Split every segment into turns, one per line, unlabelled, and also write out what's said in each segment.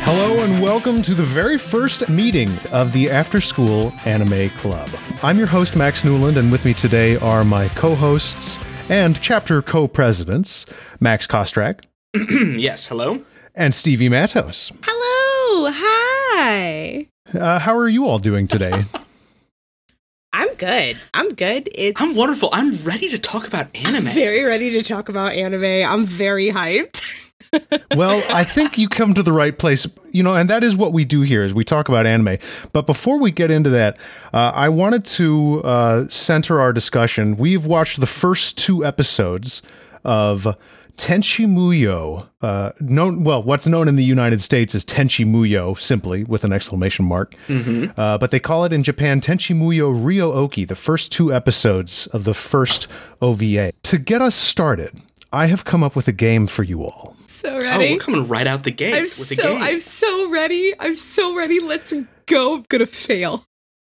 Hello and welcome to the very first meeting of the After School Anime Club. I'm your host, Max Newland, and with me today are my co hosts and chapter co presidents, Max Kostrak
Hmm, Yes, hello.
and Stevie Matos.
Hello. Hi.
Uh, how are you all doing today?
I'm good. I'm good. It's
I'm wonderful. I'm ready to talk about anime.
very ready to talk about anime. I'm very hyped.
well, I think you come to the right place, you know, and that is what we do here is we talk about anime. But before we get into that, uh, I wanted to uh, center our discussion. We've watched the first two episodes of Tenchi Muyo, uh, known well, what's known in the United States as Tenchi Muyo, simply with an exclamation mark. Uh, but they call it in Japan Tenchi Muyo Ryoki, the first two episodes of the first OVA. To get us started, I have come up with a game for you all.
So
oh,
ready.
we're coming right out the gate
I'm
with a
so
game.
I'm so ready. I'm so ready. Let's go. I'm gonna fail.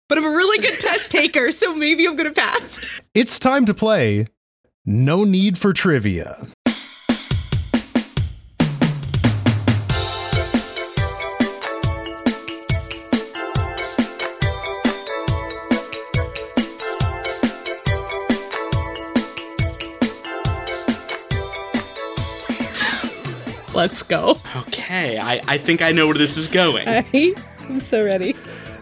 But I'm a really good test taker, so maybe I'm gonna pass.
It's time to play No Need for Trivia.
Let's go.
okay, I, I think I know where this is going.
I'm so ready.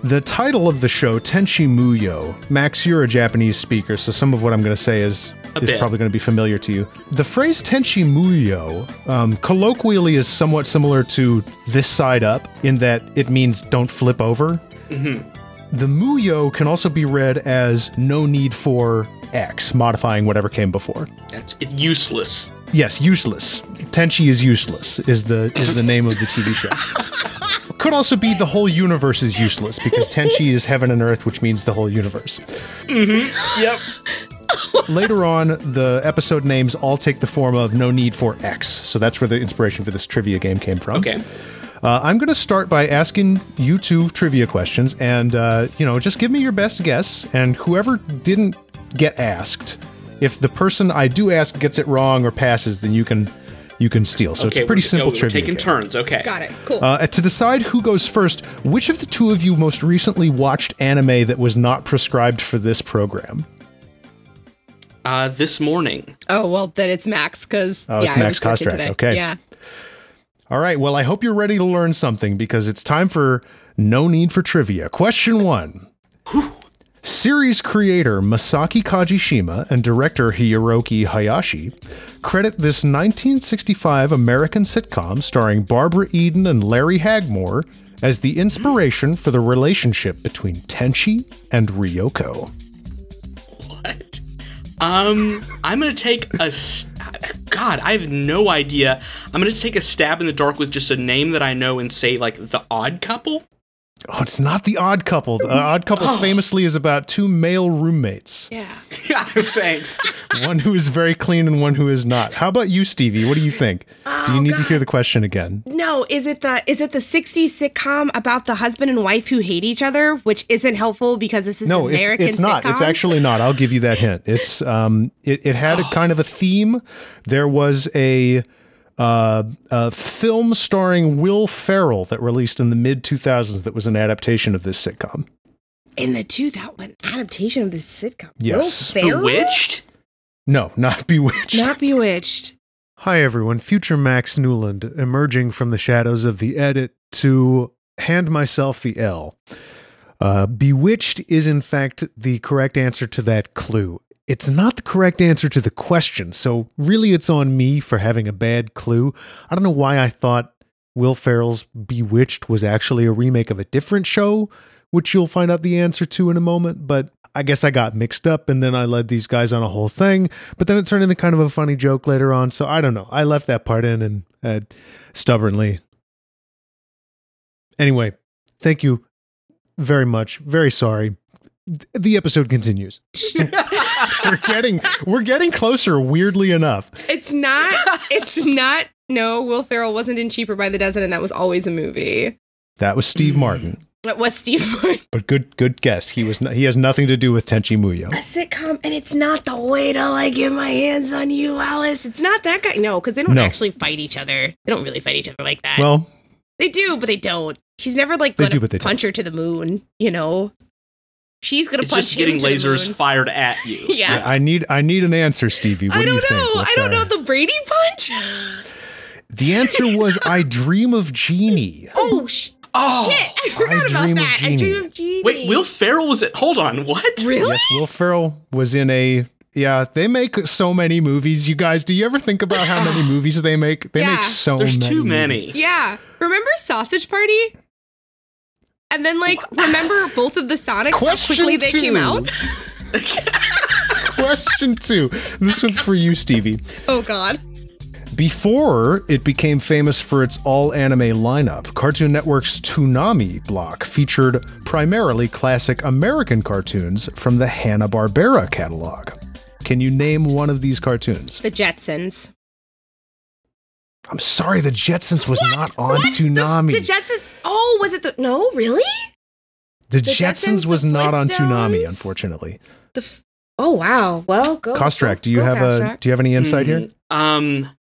The title of the show, Tenchi Muyo. Max, you're a Japanese speaker, so some of what I'm going to say is, is
bit.
probably going to be familiar to you. The phrase Tenchi Muyo um, colloquially is somewhat similar to this side up in that it means don't flip over. The Muyo can also be read as no need for X, modifying whatever came before.
That's it's useless.
Yes, useless. Tenchi is useless is the is the name of the TV show. Could also be the whole universe is useless because Tenchi is heaven and earth, which means the whole universe.
Yep.
Later on, the episode names all take the form of no need for X. So that's where the inspiration for this trivia game came from.
Okay.
Uh, I'm going to start by asking you two trivia questions, and uh, you know, just give me your best guess. And whoever didn't get asked, if the person I do ask gets it wrong or passes, then you can you can steal. So
okay,
it's a pretty
we're,
simple
oh, we're
trivia.
taking
game.
turns. Okay.
Got it. Cool.
Uh, to decide who goes first, which of the two of you most recently watched anime that was not prescribed for this program?
Uh, this morning.
oh well, then it's Max because
Oh, it's Max
yeah, I was working
Kostrak.
today.
Okay.
Yeah.
All right. Well, I hope you're ready to learn something because it's time for No Need for Trivia. Question one. Series creator Masaki Kajishima and director Hiroki Hayashi credit this 1965 American sitcom starring Barbara Eden and Larry Hagmore as the inspiration for the relationship between Tenchi and Ryoko.
What? Um, I'm gonna take a. s- God, I have no idea. I'm gonna take a stab in the dark with just a name that I know and say like the Odd Couple.
Oh, it's not the odd couple. The odd couple famously is about two male roommates,
Yeah.
Yeah. Thanks.
one who is very clean and one who is not. How about you, Stevie? What do you think? do
Oh,
you need to hear the question again?
No, is it the is it the 60s sitcom about the husband and wife who hate each other, which isn't helpful because this is
No, it's,
American
it's not. It's
sitcoms?
actually not. I'll give you that hint. It's um, it, it had a kind of a theme. There was a uh, a film starring Will Ferrell that released in the mid 2000s that was an adaptation of this sitcom.
in the two that one adaptation of this sitcom.
Yes.
Will Ferrell?
Bewitched.
No, not Bewitched.
Not bewitched.
Hi, everyone. Future Max Newland emerging from the shadows of the edit to hand myself the L. Uh, Bewitched is, in fact, the correct answer to that clue. It's not the correct answer to the question, so really it's on me for having a bad clue. I don't know why I thought Will Ferrell's Bewitched was actually a remake of a different show, which you'll find out the answer to in a moment, but I guess I got mixed up and then I led these guys on a whole thing. But then it turned into kind of a funny joke later on. So I don't know. I left that part in and uh, stubbornly. Anyway, thank you very much. Very sorry. Th- The episode continues. we're getting we're getting closer. Weirdly enough,
It's not. It's not. No, Will Ferrell wasn't in Cheaper by the Dozen, and that was always a movie.
that was Steve Martin.
That was Steve Martin.
But good good guess. He was no, he has nothing to do with Tenchi Muyo.
A sitcom, and it's not the way to like get my hands on you, Alice. It's not that guy. No, because they don't
No.
actually fight each other. They don't really fight each other like that.
Well,
They do, but they don't. He's never like
They
going
do, but they
to punch her to the moon. You know, she's gonna
It's
punch
just
him
getting
to the
lasers
moon.
fired at you.
yeah.
I need I need an answer, Stevie. What
I
do you
don't
think?
know. I
What's
don't
our-
know the Brady punch.
The answer was I dream of Genie.
Oh sh-
Oh,
shit! I
Dream
forgot about
of
that. I
Jeannie.
dream of Genie.
Wait, Will Ferrell was it? Hold on, what?
really?
Yes, Will Ferrell was in a yeah. They make so many movies, you guys. Do you ever think about how many movies they make? They make
Yeah.
so
There's
many.
too
movies.
many.
Yeah. Remember Sausage Party? And then like remember both of the Sonics how
Question
quickly they
two.
came out?
Question two. This one's for you, Stevie.
Oh god.
Before it became famous for its all anime lineup, Cartoon Network's Toonami block featured primarily classic American cartoons from the Hanna-Barbera catalog. Can you name one of these cartoons?
The Jetsons.
I'm sorry, the Jetsons was not on Toonami.
The, the Jetsons Oh, was it the No, really?
The
The
Jetsons,
Jetsons,
was
the
not on Toonami,
Flintstones?
unfortunately.
The f- Oh wow. Well, go.
Kostrak,
go-
do you
go,
have a
Kostrak.
do you have any insight here?
Um,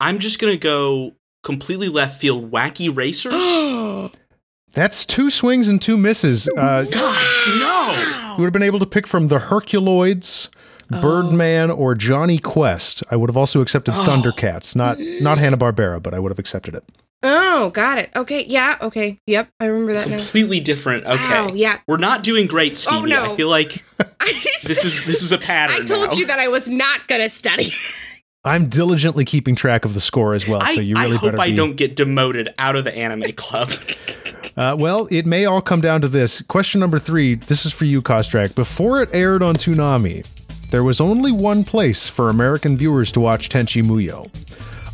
I'm just gonna go completely left field. Wacky racers. Mm-hmm.
That's two swings and two misses. Uh,
no.
you would have been able to pick from the Herculoids,
Oh.
Birdman, or Johnny Quest. I would have also accepted Thundercats, not not Hanna Barbera, but I would have accepted it.
Oh, got it. Okay. Yeah, okay. Yep, I remember that now.
Completely different. Okay.
Wow, yeah.
We're not doing great, Stevie.
Oh, no.
I feel like this is this is a pattern.
I told
now.
you that I was not going to study.
I'm diligently keeping track of the score as well,
I,
so you
I
really
hope
better
I
be.
don't get demoted out of the anime club.
Uh, well, it may all come down to this. Question number three. This is for you, Kostrak. Before it aired on Toonami, there was only one place for American viewers to watch Tenchi Muyo,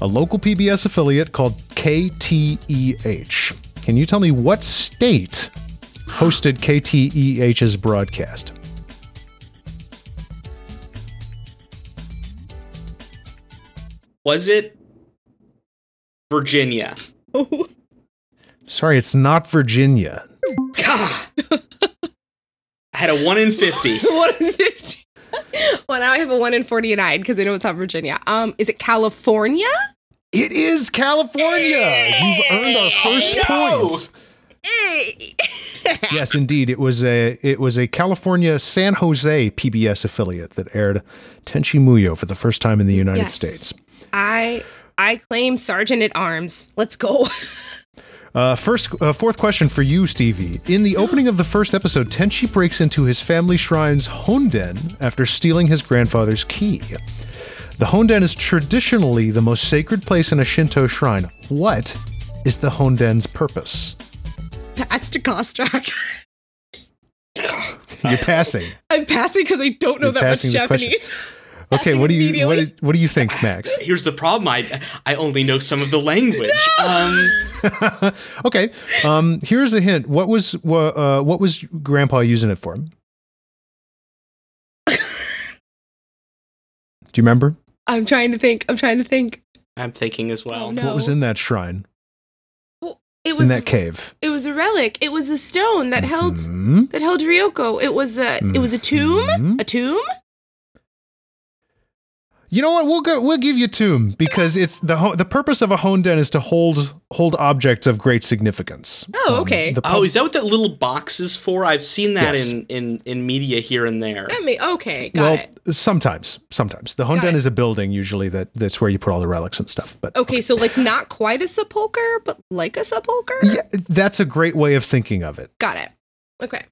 a local PBS affiliate called KTEH. Can you tell me what state hosted KTEH's broadcast?
Was it Virginia?
Sorry, it's not Virginia.
I had a one in fifty.
one in fifty. well, now I have a one in forty-nine because I know it's not Virginia. Um, is it California?
It is California. You've earned our first
No!
point.
Hey.
yes, indeed. It was a it was a California San Jose PBS affiliate that aired Tenchi Muyo for the first time in the United
Yes.
States.
I I claim sergeant at arms. Let's go.
Uh, first, uh, fourth question for you, Stevie. In the opening of the first episode, Tenchi breaks into his family shrine's Honden after stealing his grandfather's key. The Honden is traditionally the most sacred place in a Shinto shrine. What is the Honden's purpose?
Pass to Kostrak.
You're passing.
I'm passing because I don't know
You're
that much
passing this question.
Japanese.
Okay,
Passing
what do you what,
immediately.
do- what do you think, Max?
Here's the problem. I I only know some of the language. Um,
okay. Um, here's a hint. What was wha- uh, what was Grandpa using it for? Do you remember
I'm trying to think. I'm trying to think.
I'm thinking as well.
Oh, no.
what was in that shrine
Well, it
in
was
that cave?
it was a relic. It was a stone that held
Mhm.
that held Ryoko. It was a it was a tomb.
Mhm.
A tomb.
You know what? We'll go. We'll give you tomb because it's the ho- the purpose of a honden is to hold hold objects of great significance. Um,
Oh, okay.
the pub-
Oh, is that what that little box is for? I've seen that
Yes.
in, in, in media here and there.
I mean, okay, got
well,
it.
sometimes, sometimes the honden
it.
is a building usually that that's where you put all the relics and stuff. But
Okay, so like not quite a sepulcher, but like a sepulcher.
yeah, that's a great way of thinking of it.
Got it. Okay.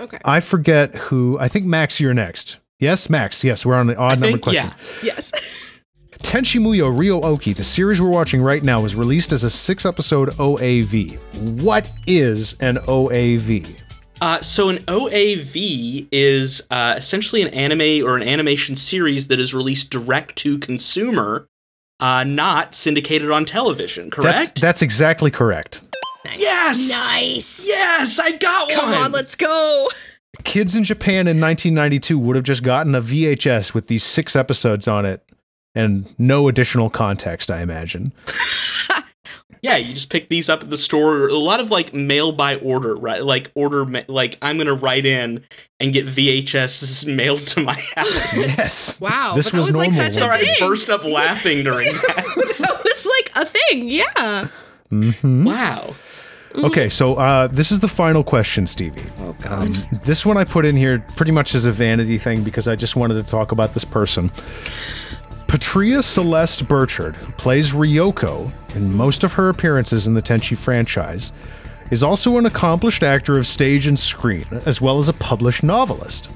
Okay.
I forget who. I think Max, you're next. Yes, Max. Yes, we're on the odd
I
number
think-
question.
Yes.
Tenchi Muyo Ryoki, the series we're watching right now, was released as a six episode OAV. What is an OAV?
Uh, so an OAV is uh, essentially an anime or an animation series that is released direct to consumer, uh, not syndicated on television.
That's
Correct?
that's exactly correct.
yes.
Nice.
Yes, I got
Come
one.
on, let's go.
Kids in Japan in 1992 would have just gotten a VHS with these six episodes on it and no additional context, I imagine.
yeah, you just pick these up at the store. A lot of like mail by order, right? Like order, ma- like I'm gonna write in and get VHS mailed to my house.
Yes.
Wow,
This
but that
was
was like
normal.
such a
Sorry, I
Dang.
burst up laughing during that.
that was like a thing. Yeah.
Mhm.
Wow.
Okay, so uh, this is the final question, Stevie.
Oh god.
This one I put in here pretty much as a vanity thing because I just wanted to talk about this person. Patria Celeste Burchard, who plays Ryoko in most of her appearances in the Tenchi franchise, is also an accomplished actor of stage and screen, as well as a published novelist.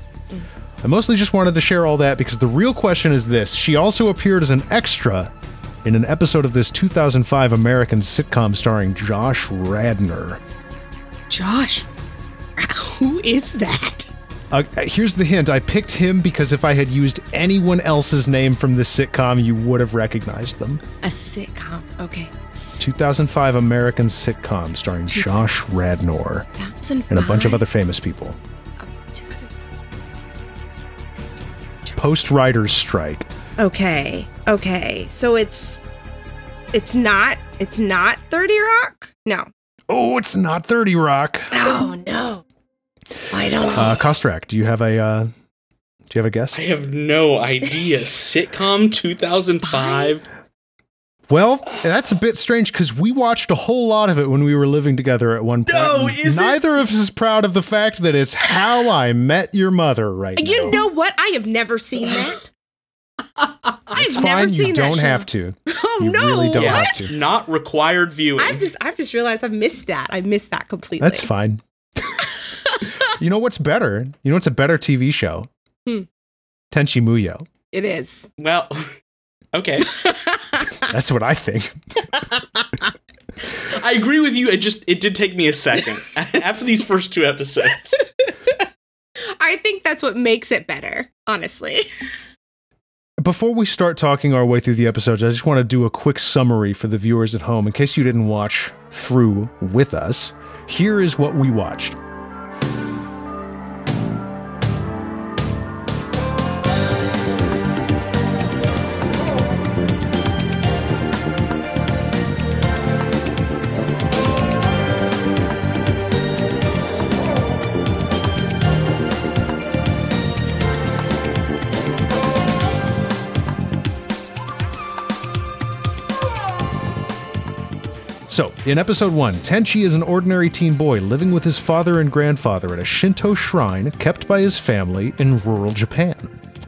I mostly just wanted to share all that because the real question is this. She also appeared as an extra in an episode of this 2005 American sitcom starring Josh Radner.
Josh, who is that?
Uh, here's the hint. I picked him because if I had used anyone else's name from this sitcom, you would have recognized them.
A sitcom. Okay.
2005 American sitcom starring Josh Radnor and a bunch of other famous people. Post writers strike.
Okay. Okay. So it's it's not it's not 30 Rock? No.
Oh, it's not 30 Rock.
Oh no. Why don't
Uh, Kostrak, do you have a uh, do you have a guess?
I have no idea. Sitcom 2005.
Well, that's a bit strange because we watched a whole lot of it when we were living together at one point.
No,
and
is it?
neither of us is proud of the fact that it's how I met your mother right now.
You know what? I have never seen that. I've
it's
never
fine.
seen
you
that.
don't
show.
have to.
Oh
You
no.
really don't
what?
have
That's not required viewing.
I've just I've just realized I've missed that. I missed that completely.
That's fine. you know what's better? You know what's a better TV show?
Hmm.
Tenchi Muyo.
It is.
well, okay.
That's what I think.
I agree with you. It just it did take me a second after these first two episodes.
I think that's what makes it better, honestly.
Before we start talking our way through the episodes, I just want to do a quick summary for the viewers at home in case you didn't watch through with us. Here is what we watched. So, in episode 1, Tenchi is an ordinary teen boy living with his father and grandfather at a Shinto shrine kept by his family in rural Japan.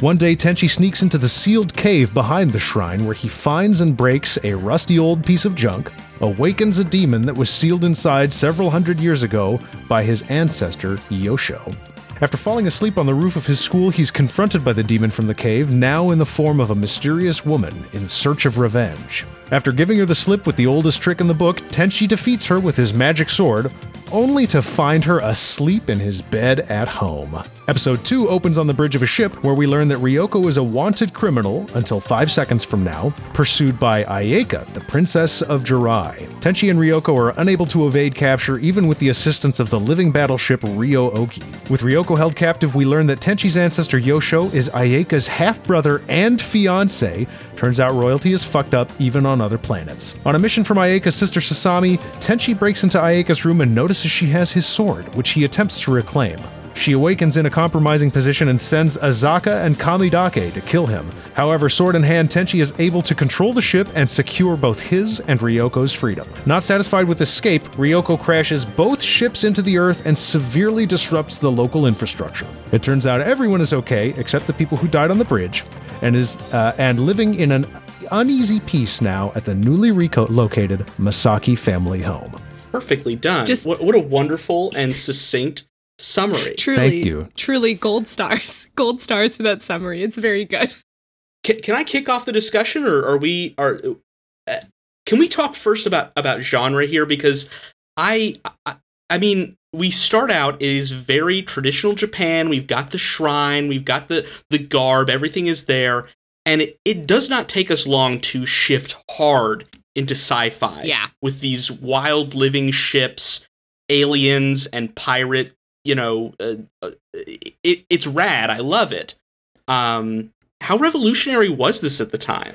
One day, Tenchi sneaks into the sealed cave behind the shrine where he finds and breaks a rusty old piece of junk, awakens a demon that was sealed inside several hundred years ago by his ancestor, Yoshio. After falling asleep on the roof of his school, he's confronted by the demon from the cave, now in the form of a mysterious woman in search of revenge. After giving her the slip with the oldest trick in the book, Tenchi defeats her with his magic sword, only to find her asleep in his bed at home. Episode 2 opens on the bridge of a ship where we learn that Ryoko is a wanted criminal until five seconds from now, pursued by Ayeka, the princess of Jirai. Tenchi and Ryoko are unable to evade capture even with the assistance of the living battleship Ryo Oki. With Ryoko held captive, we learn that Tenchi's ancestor Yosho is Ayeka's half brother and fiance. Turns out royalty is fucked up even on other planets. On a mission from Ayeka's sister Sasami, Tenchi breaks into Ayeka's room and notices she has his sword, which he attempts to reclaim. She awakens in a compromising position and sends Azaka and Kamidake to kill him. However, sword in hand, Tenchi is able to control the ship and secure both his and Ryoko's freedom. Not satisfied with escape, Ryoko crashes both ships into the earth and severely disrupts the local infrastructure. It turns out everyone is okay except the people who died on the bridge, and is uh, and living in an uneasy peace now at the newly relocated Masaki family home.
Perfectly done.
Just-
what, what a wonderful and succinct summary.
Truly,
you.
truly gold stars. Gold stars for that summary. It's very good.
Can, can I kick off the discussion, or are we are? uh, Can we talk first about about genre here because I I, I mean we start out it is very traditional Japan. We've got the shrine, we've got the the garb, everything is there, and it, it does not take us long to shift hard into sci-fi.
Yeah.
with these wild living ships, aliens, and pirate. You know, uh, uh, it, it's rad. I love it. Um, how revolutionary was this at the time?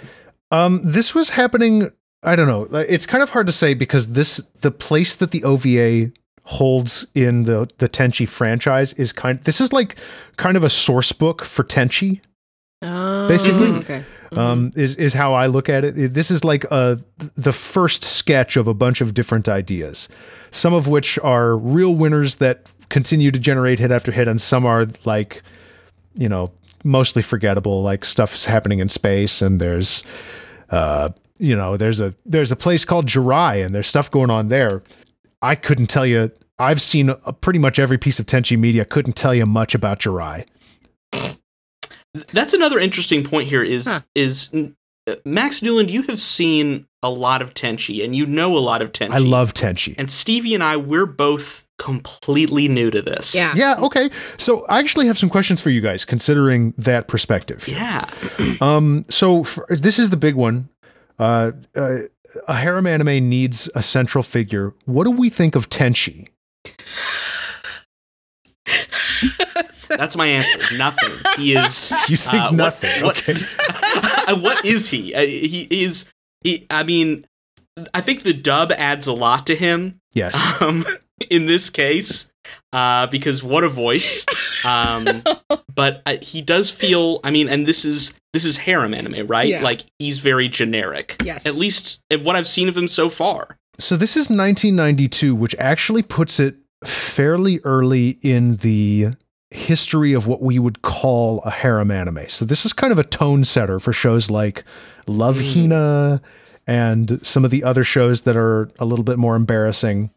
Um, this was happening. I don't know. Like, It's kind of hard to say because this the place that the OVA holds in the the Tenchi franchise is kind. This is like kind of a source book for Tenchi.
Oh,
Basically,
okay.
Um, is is how I look at it. It- This is like a the first sketch of a bunch of different ideas, some of which are real winners that continue to generate hit after hit, and some are like, you know, mostly forgettable. Like stuff is happening in space, and there's, uh, you know, there's a there's a place called Jirai, and there's stuff going on there. I couldn't tell you. I've seen uh pretty much every piece of Tenchi media. Couldn't tell you much about Jirai.
That's another interesting point here is
Huh.
is uh, Max Newland, you have seen a lot of Tenchi and you know a lot of Tenchi.
I love Tenchi.
and Stevie and I we're both completely new to this.
Yeah.
yeah okay so i actually have some questions for you guys considering that perspective
Yeah.
um so for, this is the big one uh, uh a harem anime needs a central figure what do we think of tenchi
That's my answer. Nothing. He is
you think
uh, what-
nothing
What,
okay
Uh, what is he? Uh, he is he, I mean I think the dub adds a lot to him.
yes
um, in this case, uh, because what a voice. Um, but uh, he does feel. I mean, and this is this is harem anime, right?
Yeah.
Like he's very generic.
Yes.
At least at what I've seen of him so far.
so this is 1992 which actually puts it fairly early in the history of what we would call a harem anime so this is kind of a tone setter for shows like love
Mm.
hina and some of the other shows that are a little bit more embarrassing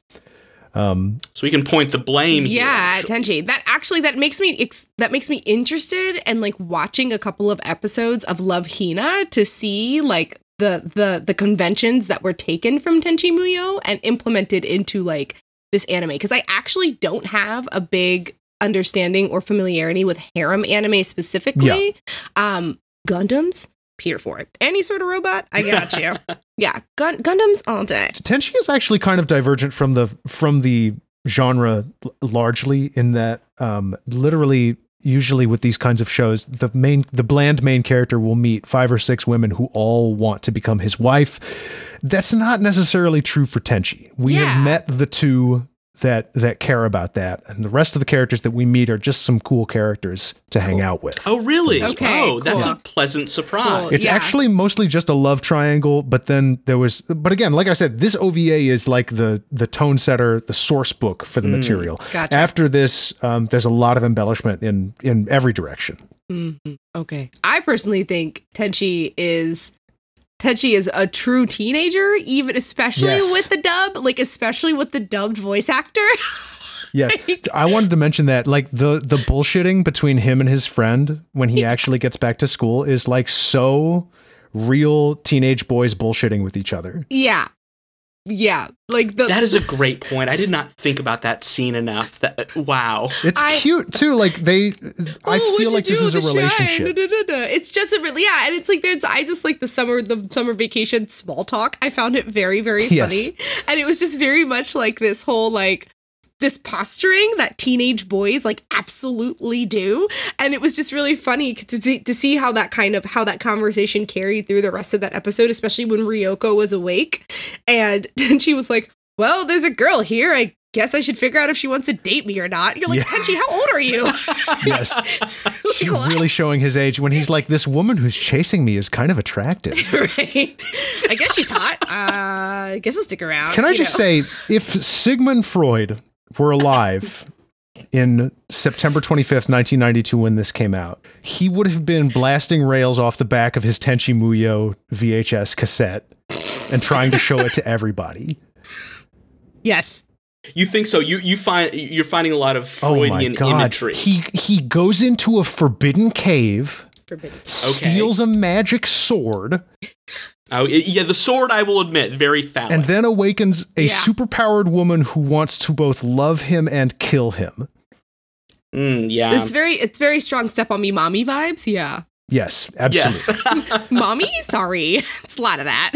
um
So we can point the blame. here.
yeah, Tenchi. That actually that makes me ex- that makes me interested in like watching a couple of episodes of Love Hina to see like the the the conventions that were taken from Tenchi Muyo and implemented into like this anime because I actually don't have a big understanding or familiarity with harem anime specifically. Um Gundams, here for it. Any sort of robot, I got you. yeah, Gun- Gundams all day.
tenchi is actually kind of divergent from the from the genre l- largely in that um literally usually with these kinds of shows the main the bland main character will meet five or six women who all want to become his wife that's not necessarily true for tenchi we
Yeah.
have met the two that that care about that and the rest of the characters that we meet are just some cool characters to hang out with
Oh really?
Okay,
Oh, that's
cool.
a pleasant surprise.
Cool.
it's
Yeah.
actually mostly just a love triangle, but then there was, but again, like I said, this OVA is like the the tone setter, the source book for the material.
Mm, Gotcha.
After this, um, there's a lot of embellishment in in every direction.
Mhm. Okay. I personally think Tenchi is Tenchi is a true teenager, even especially
Yes.
with the dub, like especially with the dubbed voice actor.
Yes, I wanted to mention that, like the the bullshitting between him and his friend when he actually gets back to school is like so real teenage boys bullshitting with each other.
yeah. Yeah. Like the
That is a great point. I did not think about that scene enough. That wow.
It's
I-
cute too. Like they, I
Oh,
feel
what'd
like
you
this
do
is a
with the shine?
relationship.
Da, da, da, da. It's just a really yeah, and it's like there's I just like the summer the summer vacation small talk. I found it very very
Yes.
funny, and it was just very much like this whole like this posturing that teenage boys like absolutely do and it was just really funny to, see- to see how that kind of how that conversation carried through the rest of that episode especially when ryoko was awake and she was like well there's a girl here i guess i should figure out if she wants to date me or not you're like
Yeah.
tenchi how old are you
Yes. She's
Like, what?
really showing his age when he's like, this woman who's chasing me is kind of attractive.
right? I guess she's hot. Uh, I guess I'll stick around.
Can I
you
just
know.
say, if Sigmund Freud were alive in September 25th, 1992, when this came out, he would have been blasting rails off the back of his Tenchi Muyo VHS cassette and trying to show it to everybody.
yes?
You think so? You you find you're finding a lot of
Oh my
Freudian
God.
imagery.
He, he goes into a forbidden cave,
Forbidden.
steals a magic sword,
Oh y- yeah, the sword. I will admit, very phallic.
and then awakens a
Yeah.
superpowered woman who wants to both love him and kill him.
Mm, yeah,
It's very it's very strong step on me mommy vibes. Yeah.
Yes, absolutely.
yes.
mommy, sorry. It's a lot of that.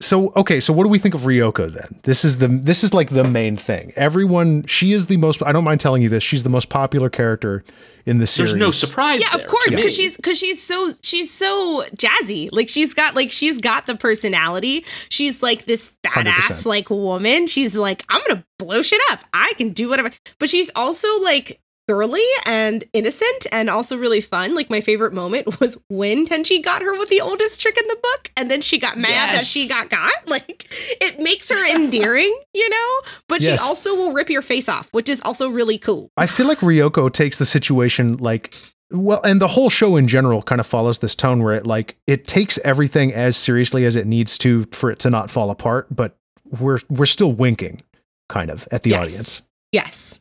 So okay, so what do we think of Ryoko then? This is the this is like the main thing. Everyone, she is the most. I don't mind telling you this. She's the most popular character in the series.
There's no surprise.
yeah, of
there
course,
to me.
because she's because she's so she's so jazzy. Like she's got like she's got the personality. She's like this badass
100%.
like woman. She's like I'm gonna blow shit up. I can do whatever. But she's also like girly and innocent and also really fun. Like my favorite moment was when Tenchi got her with the oldest trick in the book, and then she got mad that
Yes.
she got got. Like it makes her endearing, you know. But
Yes.
she also will rip your face off, which is also really cool.
I feel like Ryoko takes the situation like well, and the whole show in general kind of follows this tone where it like it takes everything as seriously as it needs to for it to not fall apart, but we're we're still winking kind of at the
Yes.
audience.
Yes.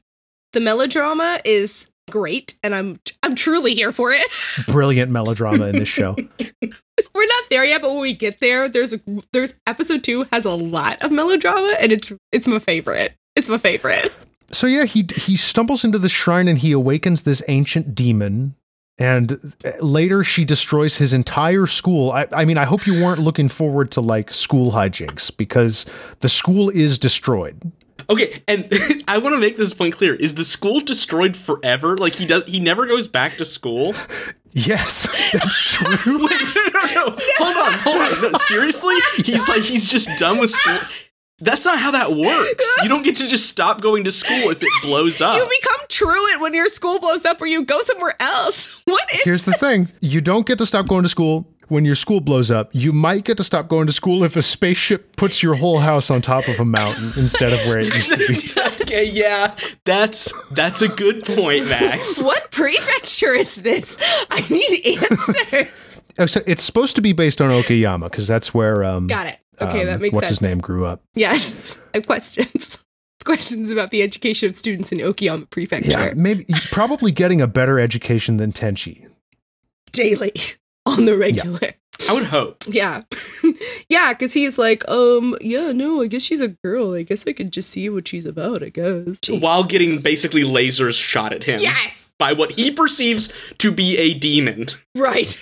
The melodrama is great and I'm I'm truly here for it.
Brilliant melodrama in this show.
We're not there yet, but when we get there, there's there's episode 2 has a lot of melodrama and it's it's my favorite. It's my favorite.
so yeah, he he stumbles into the shrine and he awakens this ancient demon. And uh, later, she destroys his entire school. I, I mean, I hope you weren't looking forward to like school hijinks because the school is destroyed.
okay. And I want to make this point clear: is the school destroyed forever? Like he does, he never goes back to school.
Yes, that's true.
Wait, no, no, no, no. Hold on, hold on. No, seriously, he's like he's just done with school. That's not how that works. You don't get to just stop going to school if it blows up.
Uh,
You become truant when your school blows up or you go somewhere else. What is
Here's the thing you don't get to stop going to school when your school blows up. You might get to stop going to school if a spaceship puts your whole house on top of a mountain instead of where it used to be.
okay, yeah, that's that's a good point, Max.
what prefecture is this? I need answers.
Oh, so It's supposed to be based on Okayama because that's where. Um,
Got it. Okay,
um,
that makes
What's
sense.
his name grew up.
Yes. I have questions. Questions about the education of students in Okayama Prefecture.
Yeah, maybe probably getting a better education than Tenchi.
daily on the regular.
I would hope.
Yeah. yeah, because he's like, um, yeah, no, I guess she's a girl. I guess I could just see what she's about, I guess.
While getting basically lasers shot at him
Yes.
by what he perceives to be a demon.
Right.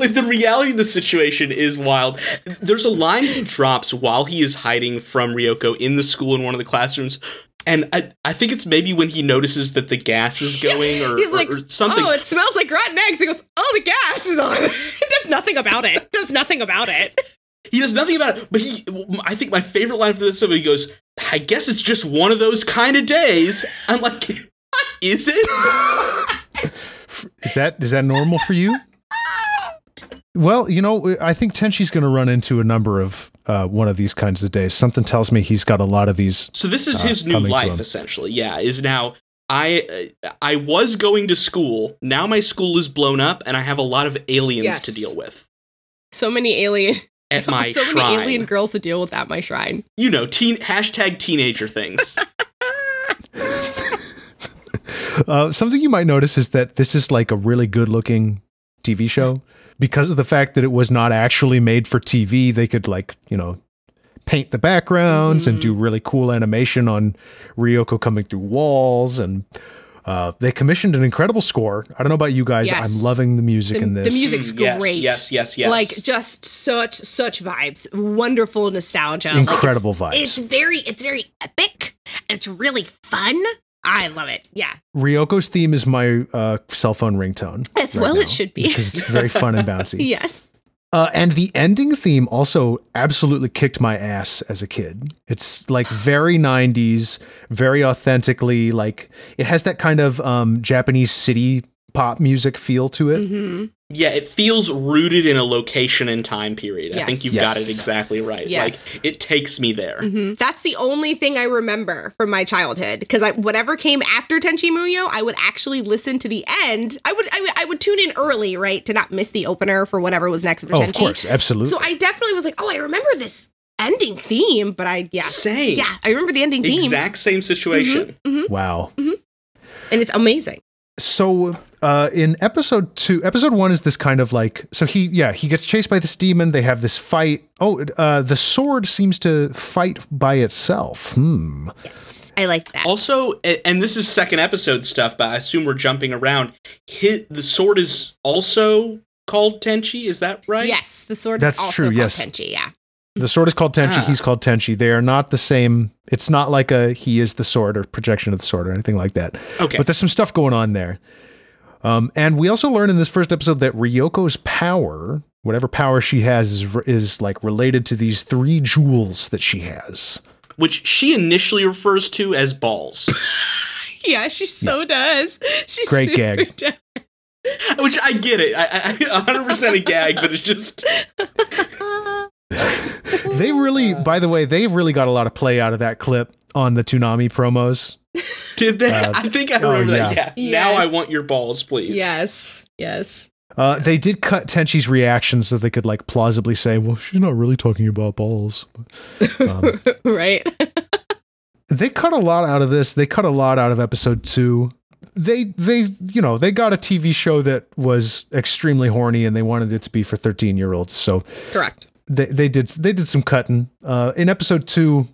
like the reality of the situation is wild. There's a line he drops while he is hiding from Ryoko in the school in one of the classrooms. And I, I think it's maybe when he notices that the gas is going or,
he's
or-
like,
or something.
Oh, it smells like rotten eggs. He goes, Oh, the gas is on. Does nothing about it. Does nothing about it.
he does nothing about it. But he, I think my favorite line from this episode, he goes, I guess it's just one of those kind of days. I'm like, is it?
Is that is that normal for you? Well, you know, I think Tenchi's going to run into a number of uh, one of these kinds of days. Something tells me he's got a lot of these.
So this is
Uh,
his new
coming to
life,
him.
essentially. Yeah, is now I uh, I was going to school. Now my school is blown up, and I have a lot of aliens
Yes.
to deal with
So many alien
at my
so
shrine.
many alien girls to deal with at my shrine.
you know, teen hashtag teenager things.
Uh, something you might notice is that this is like a really good-looking TV show because of the fact that it was not actually made for TV. They could like you know paint the backgrounds and do
Mm-hmm.
really cool animation on Ryoko coming through walls and. Uh, they commissioned an incredible score. I don't know about you guys.
Yes.
I'm loving the music
The,
in
the
this.
music's
Mm, yes,
great.
Yes, yes, yes.
Like just such such vibes. Wonderful nostalgia. Like, it's
incredible vibes.
It's very it's very epic. and It's really fun. I love it. Yeah.
Ryoko's theme is my uh, cell phone ringtone.
As well it should be.
because it's very fun and bouncy.
yes.
Uh, and the ending theme also absolutely kicked my ass as a kid. It's like very 90s, very authentically like it has that kind of um, Japanese city pop music feel to it.
Mm-hmm.
yeah, it feels rooted in a location and time period. I think
Yes.
you've got
Yes.
it exactly right.
Yes.
Like it takes me there.
hmm That's the only thing I remember from my childhood because I whatever came after Tenchi Muyo, I would actually listen to the end. I would I would, I would tune in early, right, to not miss the opener for whatever was next for
Oh,
Tenchi.
of course, absolutely.
So I definitely was like, oh, I remember this ending theme, but I yeah Mm-hmm.
Same.
yeah I remember the ending theme
Exact same situation.
wow.
and it's amazing.
so uh, in episode two, episode one is this kind of like so he yeah he gets chased by this demon. They have this fight. Oh, uh, the sword seems to fight by itself. Hmm.
Yes, I like that.
Also, a- and this is second episode stuff, but I assume we're jumping around. Hi the sword is also called Tenchi. Is that right?
Yes, the sword
That's
is also
true,
called
yes.
Tenchi. Yeah,
The sword is called Tenchi.
Ah.
He's called Tenchi. They are not the same. It's not like a he is the sword or projection of the sword or anything like that.
Okay.
But there's some stuff going on there. Um, and we also learn in this first episode that Ryoko's power, whatever power she has, is, is like related to these three jewels that she has.
Which she initially refers to as balls,
yeah, she so does. She's
Great
super
gag.
does.
which I get it. I, I, 100% a gag, but it's just.
They really, by the way, they've really got a lot of play out of that clip on the Toonami promos.
Did that?
Uh,
I think I
oh,
remember that. Yeah. Now I
Yes.
want your balls, please.
Yes, yes.
Uh, they did cut Tenchi's reaction so they could like plausibly say, well, she's not really talking about balls. Um,
right.
they cut a lot out of this. They cut a lot out of episode two. They they you know they got a TV show that was extremely horny and they wanted it to be for thirteen year olds. So
Correct.
they they did they did some cutting. Uh, in episode two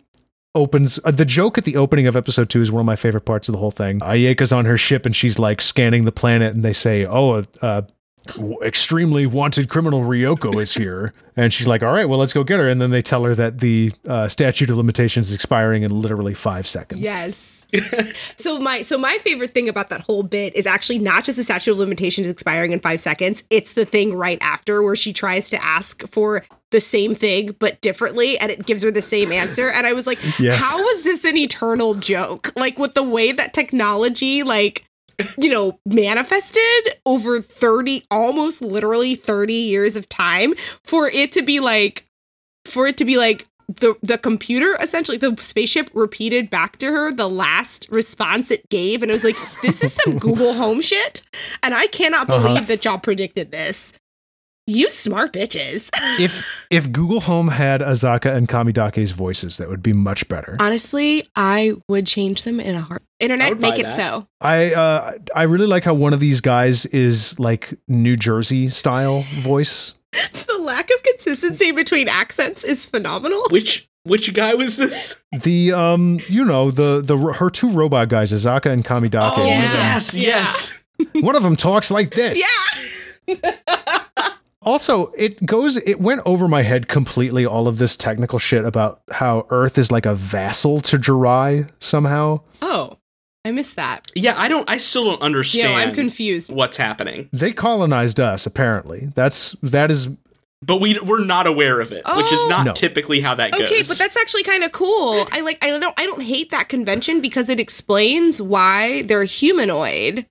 opens uh, the joke at the opening of episode two is one of my favorite parts of the whole thing. Ayeka's on her ship and she's like scanning the planet and they say oh. Uh, w- Extremely wanted criminal Ryoko is here, and she's like, "All right, well, let's go get her." And then they tell her that the uh, statute of limitations is expiring in literally five seconds.
Yes. so my so my favorite thing about that whole bit is actually not just the statute of limitations expiring in five seconds. It's the thing right after where she tries to ask for the same thing but differently, and it gives her the same answer. And I was like,
Yes.
how is this an eternal joke? Like with the way that technology, like you know, manifested over thirty, almost literally thirty years of time for it to be like for it to be like the the computer essentially the spaceship repeated back to her the last response it gave and it was like this is some google home shit and i cannot
Uh-huh.
believe that y'all predicted this you smart bitches
if if Google Home had Azaka and Kamidake's voices, that would be much better.
honestly i would change them in a heart
I
internet
would buy
make it
that.
so
I uh, I really like how one of these guys is like New Jersey style voice.
the lack of consistency between accents is phenomenal
Which which guy was this?
The um you know the the her two robot guys Azaka and Kamidake.
oh
yeah.
yes,
Yeah.
yes.
One of them talks like this.
yeah
Also, it goes it went over my head completely all of this technical shit about how Earth is like a vassal to Jirai somehow.
oh i missed that
Yeah, I don't. I still don't
you
understand.
know i'm confused
What's happening?
They colonized us apparently. That's that is
But we we're not aware of it, which is
Oh.
not
No.
typically how that goes.
Okay, but that's actually kind of cool. I like I don't I don't hate that convention because it explains why they're humanoid.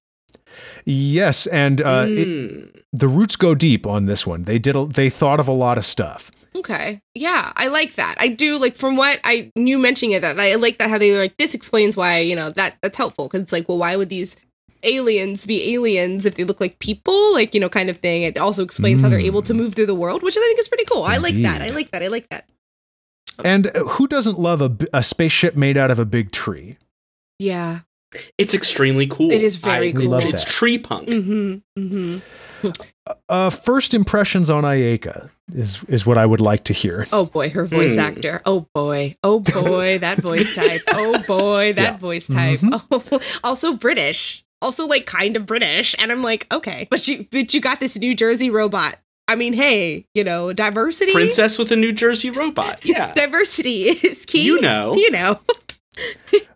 yes and uh it,
Hmm.
Mm.
the roots go deep on this one. They did. A, they thought of a lot of stuff.
Okay. Yeah, I like that. I do like from what I knew mentioning it that I like that how they were like this explains why, you know, that that's helpful cuz it's like, well, why would these aliens be aliens if they look like people? Like, you know, kind of thing. It also explains how they're able to
Mm.
move through the world, which I think is pretty cool. I like that. I
Indeed.
like that. I like that.
And who doesn't love a, b- a spaceship made out of a big tree?
Yeah.
it's extremely cool.
It is very
We cool. love
It's
that.
tree punk.
Mhm. Mhm.
Uh, first impressions on Ayaka is is what I would like to hear.
Oh boy, her voice
Hmm.
actor. Oh boy. Oh boy, that voice type. Oh boy, that
Yeah.
voice type.
Mm-hmm.
Mhm.
Oh, also British. Also like kind of British. And I'm like, okay, but you but you got this New Jersey robot. I mean, hey, you know, diversity.
Princess with a New Jersey robot. Yeah,
Diversity is key.
you know.
You know.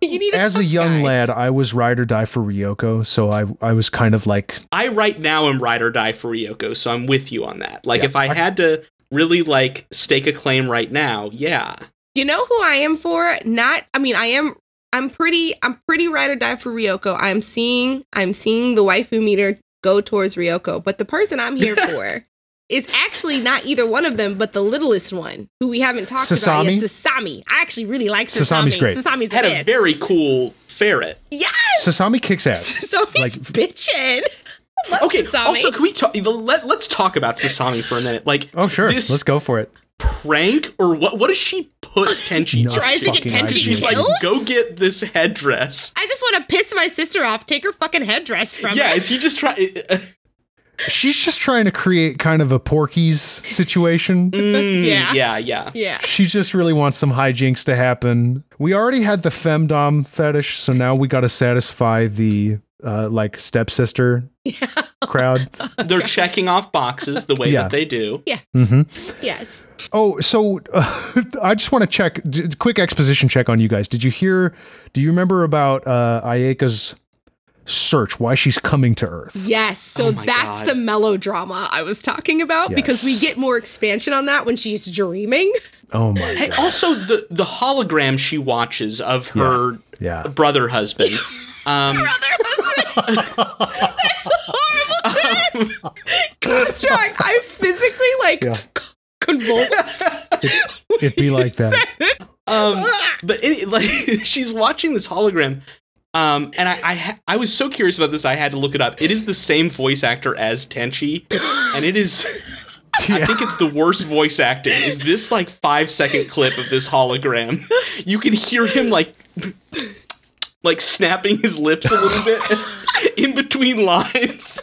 you need a
As a
tough
young
guy.
lad, I was ride or die for Ryoko, so I I was kind of like
I right now am ride or die for Ryoko, so I'm with you on that. Like
Yeah.
if I
I-
had to really like stake a claim right now, yeah.
You know who I am for? Not I mean, I am I'm pretty I'm pretty ride or die for Ryoko. I'm seeing I'm seeing the waifu meter go towards Ryoko, but the person I'm here for is actually not either one of them, but the littlest one who we haven't talked about yet, Sasami. I actually really like Sasami.
Sasami's great.
Sasami's the
Had a
best.
very cool ferret.
yes.
Sasami kicks ass.
Sasami's
Like-
bitchin'. I Love
Okay.
Sasami.
Also, can we talk? Let, let's talk about Sasami for a minute. Like,
Oh sure,
This-
let's go for it.
prank or what? What does she put Tenchi?
No
to?
Tries to get
fucking
Tenchi
idea.
She's like,
killed?
go get this headdress.
I just want to piss my sister off. Take her fucking headdress from
Yeah,
her.
is he just uh, trying?
She's just trying to create kind of a Porky's situation.
Mm. Yeah.
mm, yeah, yeah.
yeah.
She just really wants some hijinks to happen. We already had the femdom fetish, so now we got to satisfy the uh, like stepsister crowd.
They're checking off boxes the way
Yeah.
that they do.
Yes.
Mhm.
Yes.
Oh, so uh, I just want to check, d- quick exposition check on you guys. Did you hear? Do you remember about uh, Ayaka's search? Why she's coming to Earth?
Yes. So
Oh my
that's
God.
the melodrama I was talking about because we
Yes.
get more expansion on that when she's dreaming.
Oh my
Hey, also the the hologram she watches of her
Yeah.
brother husband. Um,
Brother husband. that's a horrible term. Construct. I physically like
Yeah.
c- convulsed.
It'd be like that.
um, but any, like she's watching this hologram, um, and I, I ha- I was so curious about this I had to look it up. It is the same voice actor as Tenchi, and it is. I think it's the worst voice acting. Is this like five second clip of this hologram? You can hear him like, like snapping his lips a little bit in between lines.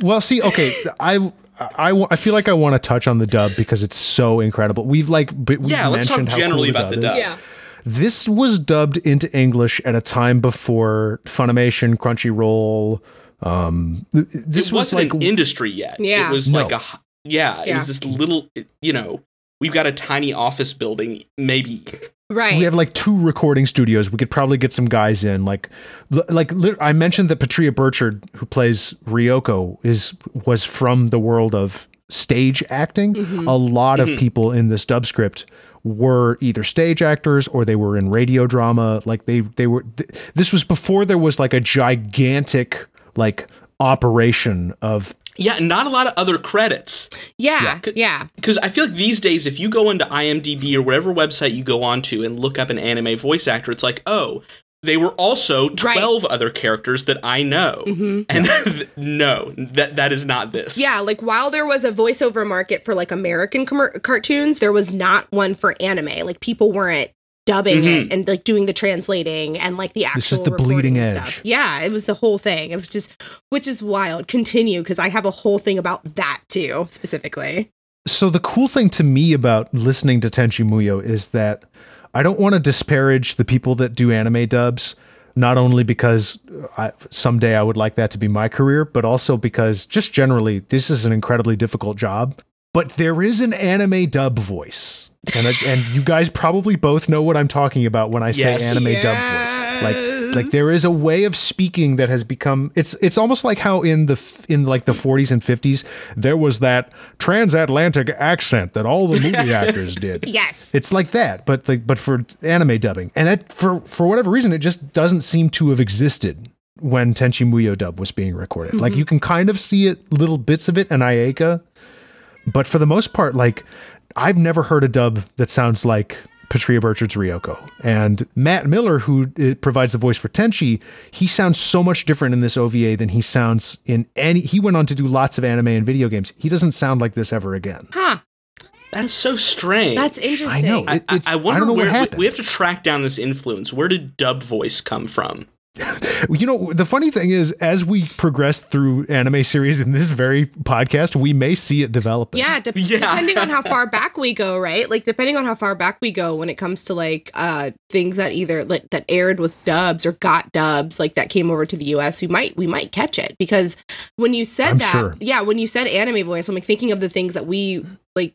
Well, see, okay, I. I, w- I feel like I want to touch on the dub because it's so incredible. We've like b- we've
Yeah, let's talk
mentioned how
generally
cool
about the
is.
dub.
Yeah.
This was dubbed into English at a time before Funimation, Crunchyroll. Um, th- this
it
was
wasn't
like
an industry yet.
Yeah.
It was
No.
like a h- yeah, It
Yeah.
was this little. You know, we've got a tiny office building, maybe.
Right.
we have like two recording studios. We could probably get some guys in. Like, li- like lit- I mentioned that Patria Burchard, who plays Ryoko, is was from the world of stage acting. A lot of people in this dub script were either stage actors or they were in radio drama. Like they they were. Th- this was before there was like a gigantic like operation of
Yeah, not a lot of other credits.
yeah. Yeah.
Because I feel like these days, if you go into IMDb or whatever website you go onto and look up an anime voice actor, it's like, oh, they were also 12 other characters that I know. And no, that that is not this.
Mm-hmm. Yeah, like while there was a voiceover market for like American commer cartoons, there was not one for anime. Like people weren't dubbing it and like doing the translating and like the actual.
This is Mm-hmm. the
recording
bleeding
and
edge.
Stuff. Yeah, it was the whole thing. It was just, which is wild. Continue because I have a whole thing about that too specifically.
so the cool thing to me about listening to Tenchi Muyo is that I don't want to disparage the people that do anime dubs, not only because I, someday I would like that to be my career, but also because just generally this is an incredibly difficult job. But there is an anime dub voice, and I- and you guys probably both know what I'm talking about when I
Yes.
say anime dub voice. Like like there is a way of speaking that has become it's it's almost like how in the f- in like the 40s and 50s there was that transatlantic accent that all the movie actors did.
Yes.
It's like that, but like but for anime dubbing, and that for for whatever reason, it just doesn't seem to have existed when Tenchi Muyo dub was being recorded. Like you can kind of see it, little bits of it, in Ayaka, but for the most part, like I've never heard a dub that sounds like Patria Burchard's Ryoko. And Matt Miller, who uh, provides the voice for Tenchi, he sounds so much different in this OVA than he sounds in any. He went on to do lots of anime and video games. He doesn't sound like this ever again.
Huh.
That's so strange.
That's interesting.
know.
I,
It-
I,
it's-
I
I
wonder
don't know what
where we,
happened.
we have to track down this influence. Where did dub voice come from?
You know, the funny thing is, as we progress through anime series in this very podcast, we may see it developing.
Yeah, de-
Yeah.
depending on how far back we go, right? Like depending on how far back we go when it comes to like uh things that either like that aired with dubs or got dubs, like that came over to the US, we might we might catch it because when you said
I'm
that,
sure.
yeah, when you said anime voice, I'm like thinking of the things that we like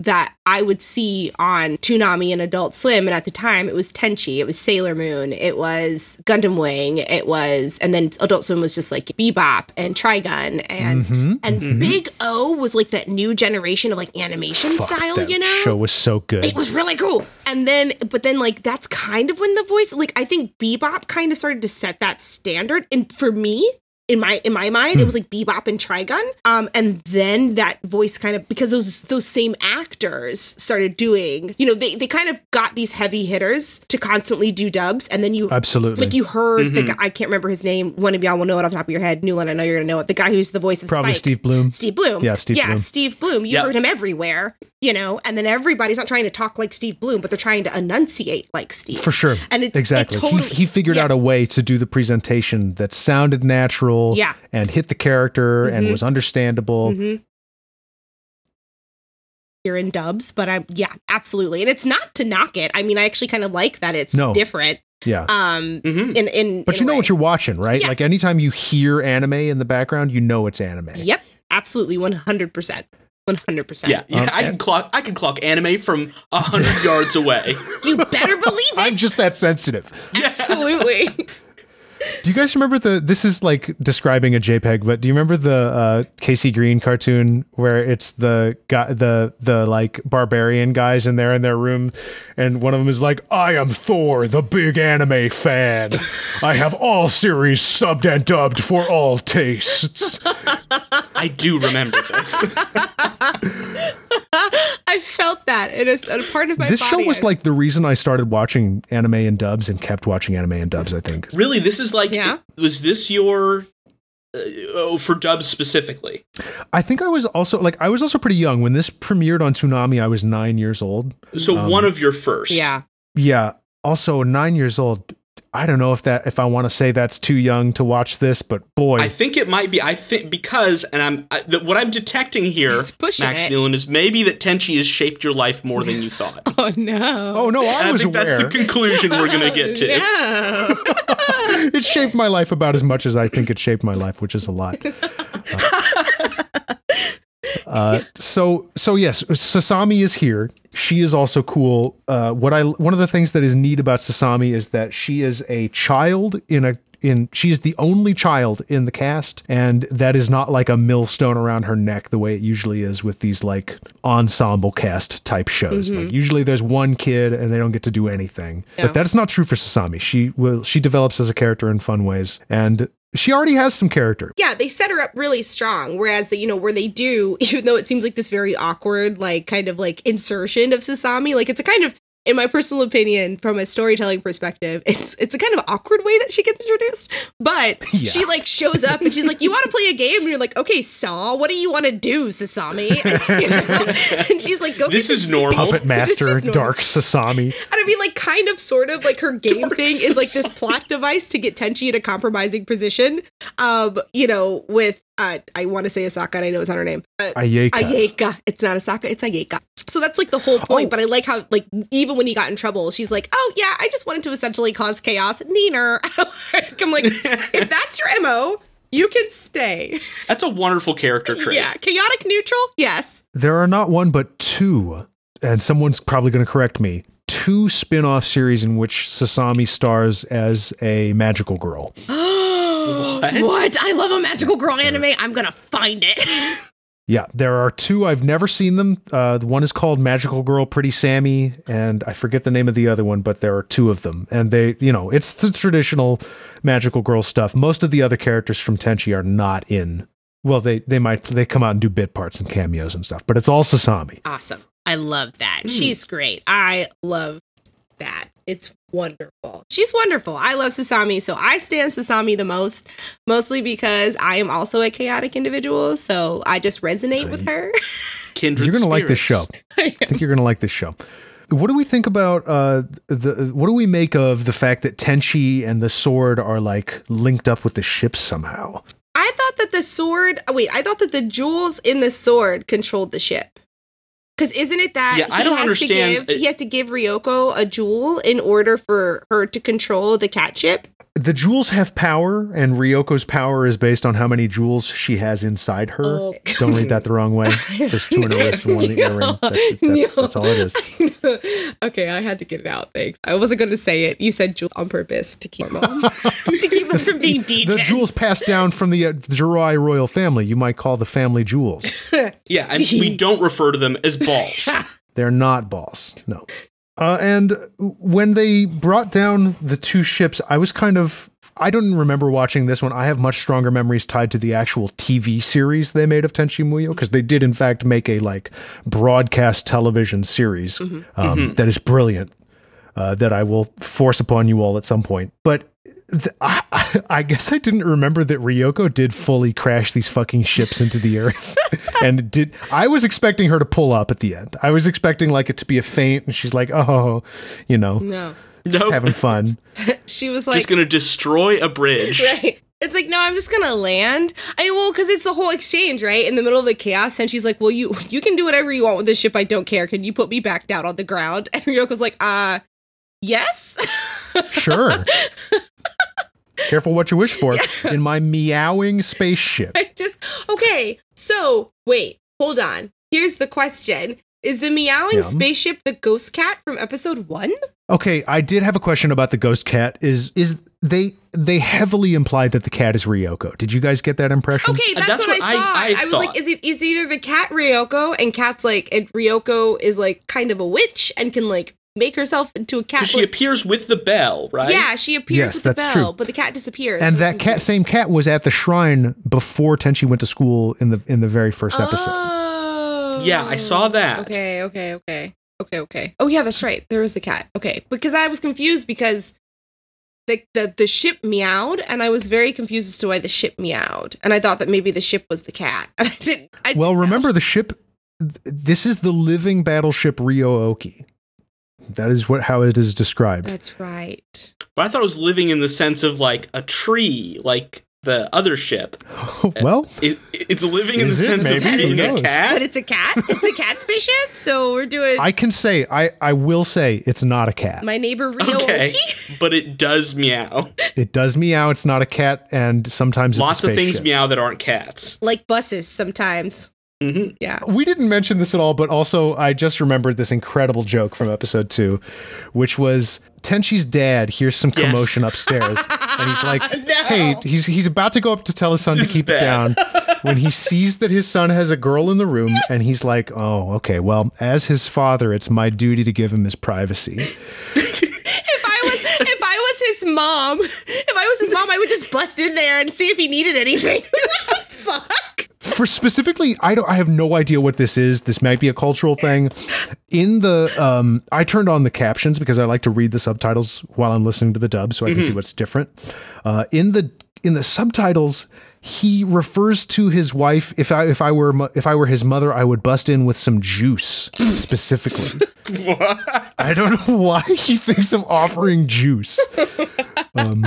that I would see on Toonami and Adult Swim and at the time it was Tenchi, it was Sailor Moon, it was Gundam Wing, it was and then Adult Swim was just like Bebop and Trigun and
Mhm.
and Big O was like that new generation of like animation
Fuck,
style,
that
you know?
show was so good.
It was really cool. And then, but then, like, that's kind of when the voice, like, I think Bebop kind of started to set that standard. And for me, in my in my
Hmm.
mind, it was like Bebop and Trigun. Um, and then that voice kind of because those those same actors started doing, you know, they they kind of got these heavy hitters to constantly do dubs, and then you
Absolutely. Mm-hmm.
like you heard the guy, I can't remember his name. One of y'all will know it off the top of your head. Newland, I know you're gonna know it. The guy who's the voice of
Probably
Spike.
Steve Bloom.
Steve Bloom.
Yeah, Steve
yeah,
Bloom.
Steve Bloom. You
Yep.
heard him everywhere. you know, and then everybody's not trying to talk like Steve Bloom, but they're trying to enunciate like Steve.
for sure.
and it's it
Exactly.
totally-
he, he figured
yeah.
out a way to do the presentation that sounded natural
Yeah.
and hit the character and
Mhm.
was understandable.
Mhm. You're in dubs, but I'm yeah, absolutely. And it's not to knock it. I mean, I actually kind of like that it's
No.
different.
Yeah.
Um,
hmm
in in
But
in
you
a
know
way.
what you're watching, right?
Yeah.
Like anytime you hear anime in the background, you know it's anime.
Yep, absolutely, one hundred percent, one hundred percent.
Yeah, yeah.
Um,
I can
and-
clock. I can clock anime from a hundred yards away.
you better believe it.
I'm just that sensitive.
absolutely.
Do you guys remember the? This is like describing a JPEG, but do you remember the uh, Casey Green cartoon where it's the guy, the the like barbarian guys in there in their room, and one of them is like, "I am Thor, the big anime fan. I have all series subbed and dubbed for all tastes."
I do remember this.
I felt that. It is a part of my.
this show
body.
was
I
like the reason I started watching anime in dubs and kept watching anime in dubs. I think.
Really, this is like.
Yeah.
Was this your? Uh, oh, for dubs specifically.
I think I was also like I was also pretty young when this premiered on Toonami. I was nine years old.
So
Um,
one of your first.
yeah,
Yeah. Also, nine years old. I don't know if that if I want to say that's too young to watch this, but boy,
I think it might be. I think because, and I'm I, the, what I'm detecting here,
It's pushing
Max
it.
Newland, is maybe that Tenchi has shaped your life more than you thought.
Oh no.
oh no,
and
I
I
was
think
aware.
that's the conclusion we're gonna get to.
No.
it shaped my life about as much as I think it shaped my life, which is a lot. Uh, so so yes, Sasami is here. She is also cool. Uh, what I one of the things that is neat about Sasami is that she is a child in a in she is the only child in the cast, and that is not like a millstone around her neck the way it usually is with these like ensemble cast type shows. Like usually there's one kid and they don't get to do anything.
No.
But that's not true for Sasami. She will she develops as a character in fun ways, and she already has some character.
yeah, they set her up really strong. Whereas the, you know, where they do, even though it seems like this very awkward, like kind of like insertion of Sasami, like it's a kind of, in my personal opinion, from a storytelling perspective, it's it's a kind of awkward way that she gets introduced. But
Yeah.
she like shows up and she's like, "You want to play a game?" And you're like, "Okay, Saw, what do you want to do, Sasami?" And, you know, and she's like, "Go."
This
get
is
Oh. this-
normal.
Puppet Master
is normal.
Dark Sasami.
And I mean, like, kind of, sort of, like her game
Dark
thing is like this plot device to get Tenchi in a compromising position. Um, you know, with uh, I want to say Asaka, and I know it's not her name. Uh,
Ayeka.
Ayeka. It's not Asaka. It's Ayeka. So that's like the whole point.
Oh.
But I like how, like, even when he got in trouble, she's like, "Oh yeah, I just wanted to essentially cause chaos, Neener." Like, I'm like, if that's your mo, you can stay.
That's a wonderful character trait.
Yeah, chaotic neutral. Yes.
There are not one but two, and someone's probably going to correct me. Two spin-off series in which Sasami stars as a magical girl.
what? I love a magical girl anime. I'm gonna find it.
Yeah, there are two. I've never seen them. Uh, the one is called Magical Girl Pretty Sammy, and I forget the name of the other one, but there are two of them. And they, you know, it's the traditional magical girl stuff. Most of the other characters from Tenchi are not in. Well, they they might they come out and do bit parts and cameos and stuff, but it's all Sasami.
awesome. I love that.
Hmm.
She's great. I love that. It's wonderful. She's wonderful. I love Sasami, so I stand Sasami the most, mostly because I am also a chaotic individual, so I just resonate with her.
Kindred.
You're gonna like this show.
spirits.
I think you're gonna like this show. What do we think about uh, the? What do we make of the fact that Tenchi and the sword are like linked up with the ship somehow?
I thought that the sword, oh, wait, I thought that the jewels in the sword controlled the ship. Cuz isn't it that
Yeah, I don't
has
understand.
to give he has to give Ryoko a jewel in order for her to control the cat ship?
the jewels have power, and Ryoko's power is based on how many jewels she has inside her.
Oh.
Don't read that the wrong way. There's two in her wrist and one in the earring. That's, it. that's,
No.
that's all it is.
okay, I had to get it out. Thanks. I wasn't going to say it. You said jewel on purpose to keep my mom, to keep us from being DJ.
The jewels passed down from the uh, Jirai royal family. You might call the family jewels.
Yeah, and we don't refer to them as balls.
They're not balls. No. Uh, and when they brought down the two ships, I was kind of. I don't remember watching this one. I have much stronger memories tied to the actual TV series they made of Tenchi Muyo because they did, in fact, make a like broadcast television series um, that is brilliant uh, that I will force upon you all at some point. But th- I, I- I guess I didn't remember that Ryoko did fully crash these fucking ships into the earth, and it did. I was expecting her to pull up at the end. I was expecting like it to be a feint, and she's like, "Oh, you know,
No.
just
Nope.
having fun."
She was like,
just gonna destroy a bridge.
right. It's like, no, I'm just gonna land. I well, because it's the whole exchange, right? In the middle of the chaos, and she's like, Well, you you can do whatever you want with this ship, I don't care. Can you put me back down on the ground? And Ryoko's like, uh yes.
Sure. Careful what you wish for in my meowing spaceship.
I just okay. So wait, hold on. Here's the question. Is the meowing
Yeah.
spaceship the ghost cat from episode one?
Okay, I did have a question about the ghost cat. Is is they they heavily imply that the cat is Ryoko. Did you guys get that impression?
Okay, that's,
that's
what,
what
I
I-
thought. I,
I
was
thought.
like, is it is either the cat Ryoko and cat's like and Ryoko is like kind of a witch and can like make herself into a cat.
She
like-
appears with the bell, right?
Yeah, she appears
Yes,
with the
that's
bell,
true.
but the cat disappears.
And
so
that
it's
cat,
confused.
same cat, was at the shrine before Tenchi went to school in the in the very first episode.
Oh.
Yeah, I saw that.
Okay, okay, okay. Okay, okay. Oh yeah, that's right. There is the cat. Okay. Because I was confused because the, the the ship meowed and I was very confused as to why the ship meowed. And I thought that maybe the ship was the cat. And I didn't I
Well,
didn't know.
remember the ship. th- This is the living battleship Ryooki. That is what how it is described.
That's right.
But I thought it was living in the sense of like a tree, like the other ship.
well,
It, it's living in the
Is it?
sense of
Maybe, who
being a
knows?
But
cat.
it's a cat. It's a cat spaceship. So we're doing
I can say I I will say it's not a cat.
my neighbor Rio.
Okay, but it does meow.
It does meow. It's not a cat, and sometimes it's
Lots
a
of things
spaceship.
meow that aren't cats.
Like buses sometimes.
hmm
Yeah.
We didn't mention this at all, but also I just remembered this incredible joke from episode two, which was Tenchi's dad hears some
Yes.
commotion upstairs, and he's like, "Hey, he's he's about to go up to tell his son
This
to
is
keep it down."
bad.
when he sees that his son has a girl in the room, and he's like, "Oh, okay. Well, as his father, it's my duty to give him his privacy."
If I was if I was his mom, if I was his mom, I would just bust in there and see if he needed anything. what the fuck?
for specifically i don't i have no idea what this is this might be a cultural thing in the um i turned on the captions because i like to read the subtitles while i'm listening to the dub so i can see what's different uh in the in the subtitles he refers to his wife if i if i were mo- if i were his mother i would bust in with some juice specifically i don't know why he thinks of offering juice um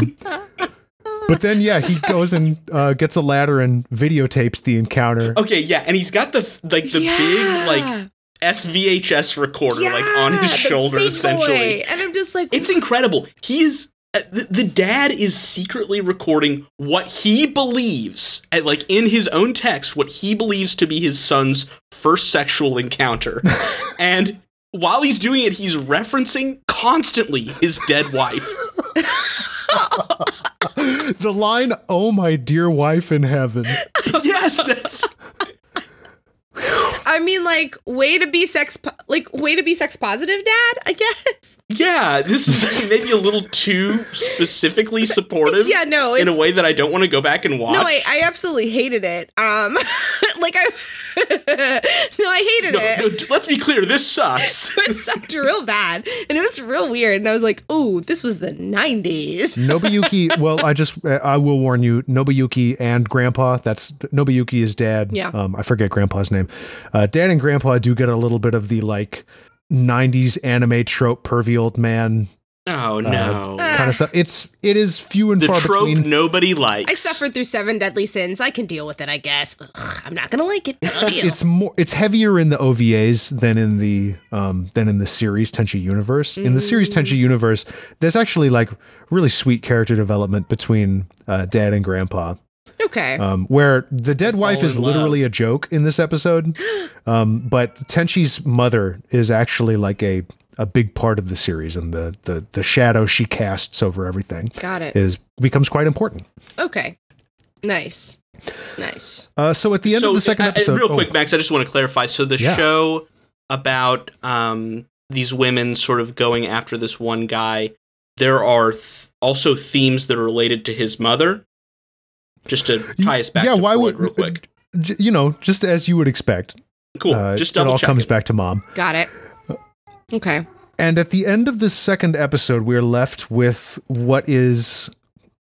but then, yeah, he goes and uh, gets a ladder and videotapes the encounter.
Okay, yeah, and he's got the f- like the big like SVHS recorder like on his
the
shoulder
big
essentially.
boy. And I'm just like,
It's incredible. He is uh, the, the dad is secretly recording what he believes, and like in his own text, what he believes to be his son's first sexual encounter. and while he's doing it, he's referencing constantly his dead wife.
The line, "Oh my dear wife in heaven."
yes, that's
I mean, like, way to be sex, po- like, way to be sex positive, Dad. I guess.
yeah. This is maybe a little too specifically supportive.
Yeah, no, it's,
in a way that I don't want to go back and watch.
No, I, I absolutely hated it. Um, like I, no, I hated
no,
it.
no, d- let's be clear. This sucks.
it sucked real bad, and it was real weird. And I was like, "Oh, this was the '90s."
Nobuyuki. Well, I just I will warn you. Nobuyuki and Grandpa. That's Nobuyuki is dad.
Yeah.
Um, I forget Grandpa's name. Uh, dad and Grandpa do get a little bit of the like '90s anime trope, pervy old man
Uh,
Oh no.
kind
Ah.
of stuff. It's it is few and
the
far
trope
between.
nobody likes.
I suffered through seven deadly sins. I can deal with it, I guess. Ugh, I'm not gonna like it. but I'll deal.
It's more. It's heavier in the OVAs than in the um than in the series Tenchi Universe. In the series Tenchi Universe, there's actually like really sweet character development between uh, Dad and Grandpa.
okay.
um, where the dead wife
fall
is
in love.
literally a joke in this episode, um, but Tenchi's mother is actually like a a big part of the series, and the the the shadow she casts over everything
Got it.
is becomes quite important.
Okay. Nice. Nice.
Uh, so at the end
so,
of the second
uh, uh,
episode,
real
oh,
quick, Max, I just want to clarify. So the
Yeah.
show about um, these women sort of going after this one guy. There are th- also themes that are related to his mother. Just to tie us back.
yeah,
to
why
Freud
would
real quick?
j- you know just as you would expect?
Cool.
uh,
just
it
double
all
check.
comes back to mom.
Got it. Okay.
And at the end of this second episode, we're left with what is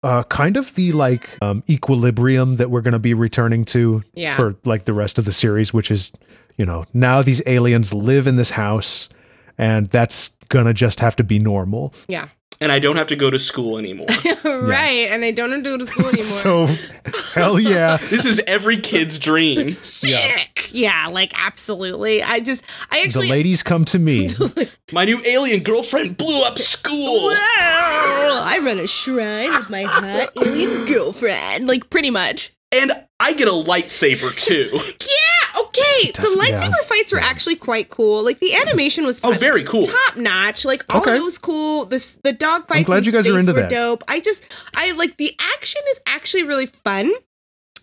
uh, kind of the like um, equilibrium that we're going to be returning to
Yeah.
for like the rest of the series, which is, you know, now these aliens live in this house and that's going to just have to be normal.
and I don't have to go to school anymore.
right. And I don't have to go to school anymore.
So, hell yeah.
this is every kid's dream.
sick. Yeah. like absolutely. I just, I
The
actually.
ladies come to me.
My new alien girlfriend blew up school.
Wow! I run a shrine with my hot alien girlfriend. Like pretty much.
And I get a lightsaber too.
Yeah, okay. The
does-
lightsaber
yeah.
fights were actually quite cool. Like the animation was
Oh, very cool.
top notch. Like all
Okay.
of it was cool. The the dog fights.
glad
in
you guys are
space
into
were
that.
Dope. I just I like the action is actually really fun.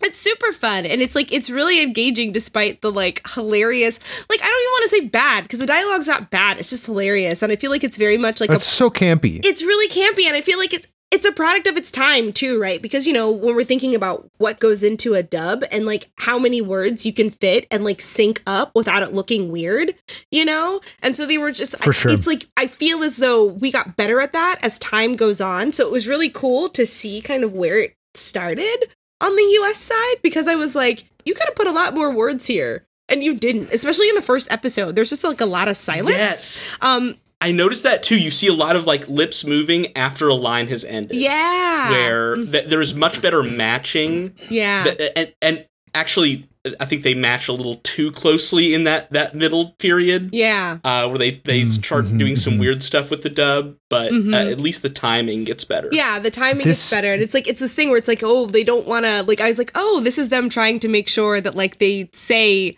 It's super fun and it's like it's really engaging despite the like hilarious like I don't even want to say bad because the dialogue's not bad. It's just hilarious and I feel like it's very much like a
That's so campy.
it's really campy and i feel like it's it's a product of its time too right because you know when we're thinking about what goes into a dub and like how many words you can fit and like sync up without it looking weird you know and so they were just
For
I-
sure.
it's like i feel as though we got better at that as time goes on so it was really cool to see kind of where it started on the us side because i was like you could have put a lot more words here and you didn't especially in the first episode there's just like a lot of silence
Yes.
um
I noticed that too. You see a lot of like lips moving after a line has ended.
yeah Mm-hmm.
Where th- there is much better matching
yeah
Th- and, and actually i think they match a little too closely in that that middle period
Yeah.
uh, where they they
Mm,
start
mhm,
doing some
mhm.
weird stuff with the dub but
Mhm.
uh, at least the timing gets better
Yeah, the timing
This-
is better. And it's like it's this thing where it's like, oh, they don't wanna like I was like, oh, this is them trying to make sure that like they say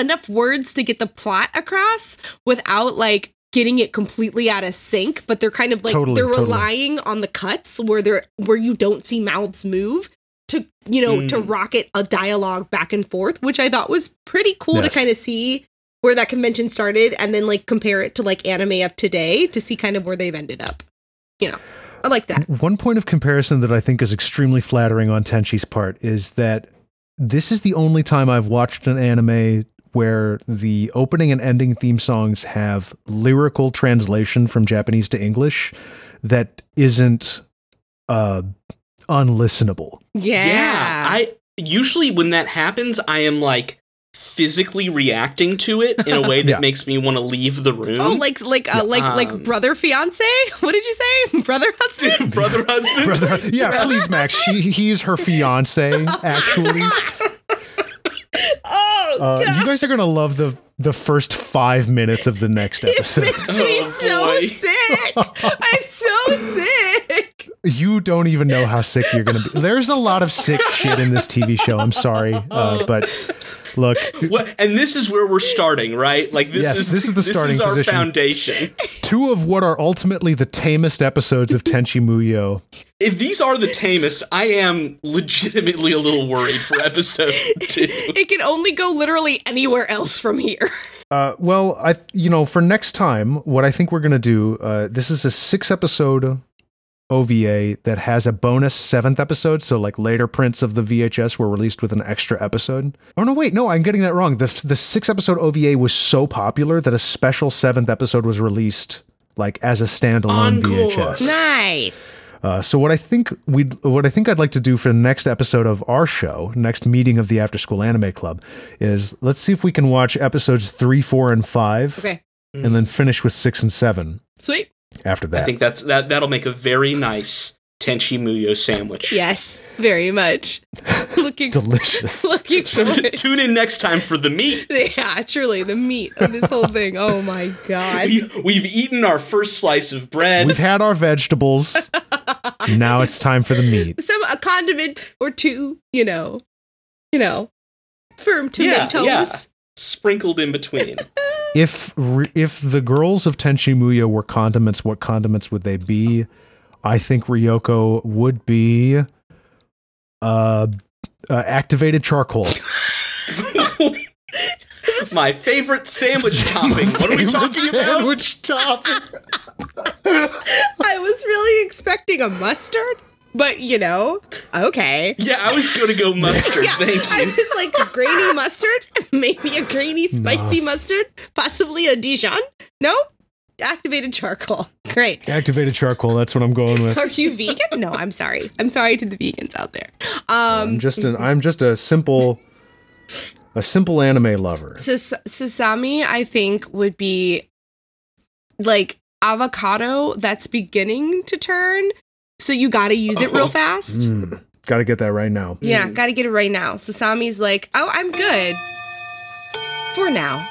enough words to get the plot across without like getting it completely out of sync, but they're kind of like
Totally,
they're
totally.
relying on the cuts where they're where you don't see mouths move to you know, to
Mm.
rocket a dialogue back and forth, which I thought was pretty cool
Yes.
to kind of see where that convention started and then like compare it to like anime of today to see kind of where they've ended up. You know. I like that.
One point of comparison that I think is extremely flattering on Tenchi's part is that this is the only time I've watched an anime where the opening and ending theme songs have lyrical translation from Japanese to English that isn't uh, unlistenable.
Yeah.
Yeah, i usually when that happens i am like physically reacting to it in a way that
Yeah.
makes me want to leave the room
oh, like like uh, like
Um,
like brother fiance. What did you say? brother husband.
brother husband
Brother, yeah, please, Max. She, he's her fiance, actually.
Oh
Uh, you guys are going to love the, the first five minutes of the next episode.
makes me
Oh,
so
boy.
sick. I'm so sick.
you don't even know how sick you're gonna be. There's a lot of sick shit in this TV show. I'm sorry, uh, but look, t-
What- and this is where we're starting right like this
Yes,
is
this is the starting
our
position.
foundation
two of what are ultimately the tamest episodes of Tenchi Muyo.
if these are the tamest, I am legitimately a little worried for episode two.
It can only go literally anywhere else from here.
Uh, well, I you know for next time, what I think we're gonna do. Uh, this is a six episode OVA that has a bonus seventh episode. So like later prints of the VHS were released with an extra episode. Oh no, wait, no, I'm getting that wrong. The the six episode OVA was so popular that a special seventh episode was released. Like as a standalone
Encore.
VHS.
Nice.
Uh, so what I think we what I think I'd like to do for the next episode of our show, next meeting of the After School Anime Club, is let's see if we can watch episodes three, four, and five,
Okay.
and then finish with six and seven
Sweet.
after
I
that.
think that's that that'll make a very nice Tenchi Muyo sandwich.
Yes, very much. Looking
Delicious.
looking
So
for it.
tune in next time for the meat.
Yeah, truly the meat of this whole thing. Oh my god.
We, we've eaten our first slice of bread.
We've had our vegetables. now it's time for the meat.
some a condiment or two, you know, you know, firm
Yeah,
tomatoes.
sprinkled in between.
If re- if the girls of Tenchi Muyo were condiments, what condiments would they be? I think Ryoko would be uh, uh activated charcoal.
My favorite sandwich topping. What are we
Favorite
talking about?
sandwich topping.
I was really expecting a mustard, but you know, okay.
Yeah, I was going to go mustard.
Yeah, I
Thank you.
was like grainy mustard, maybe a grainy spicy mustard, possibly a Dijon. No, activated charcoal. Great.
Activated charcoal. That's what I'm going with.
Are you vegan? No, I'm sorry. I'm sorry to the vegans out there.
I'm
Um,
just an. I'm just a simple, a simple anime lover.
Sus- Sasami, I think, would be like avocado that's beginning to turn. So you got to use it real
Oh.
fast.
Mm, Got to get that right now.
Yeah,
Mm.
got to get it right now. Sasami's like, oh, I'm good for now.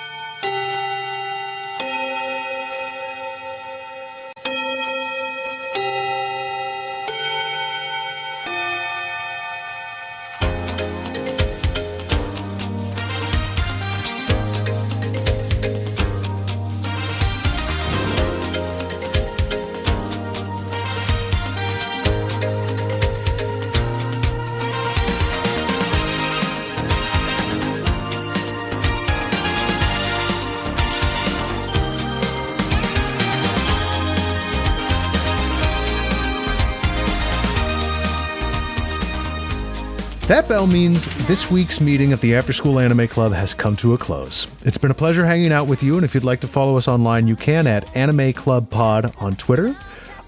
That bell means this week's meeting of the After School Anime Club has come to a close. It's been a pleasure hanging out with you, and if you'd like to follow us online, you can at Anime Club Pod on Twitter.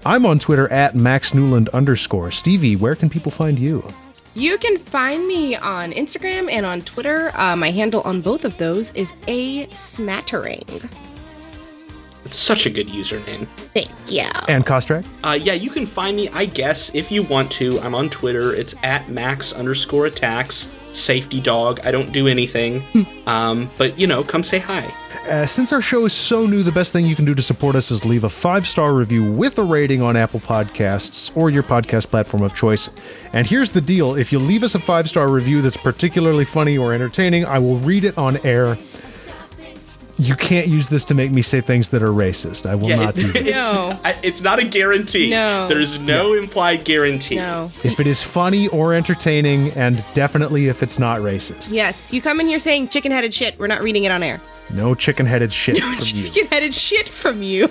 I'm on Twitter at Max Newland underscore. Stevie, where can people find you?
You can find me on Instagram and on Twitter. Uh, my handle on both of those is a smattering.
It's such a good username.
Thank you.
And Kostrak?
Uh, yeah, you can find me, I guess, if you want to. I'm on Twitter. It's at max underscore attacks, safety dog. I don't do anything. um, but, you know, come say hi.
Uh, since our show is so new, the best thing you can do to support us is leave a five star review with a rating on Apple Podcasts or your podcast platform of choice. And here's the deal if you leave us a five star review that's particularly funny or entertaining, I will read it on air. You can't use this to make me say things that are racist. I will
Yeah,
not
it-
do that.
it's,
No.
I- it's not a guarantee.
No.
There's no implied guarantee.
No.
If it is funny or entertaining, and definitely if it's not racist,
Yes, you come in here saying chicken headed shit. We're not reading it on air.
no chicken headed shit from you.
Chicken headed shit from you.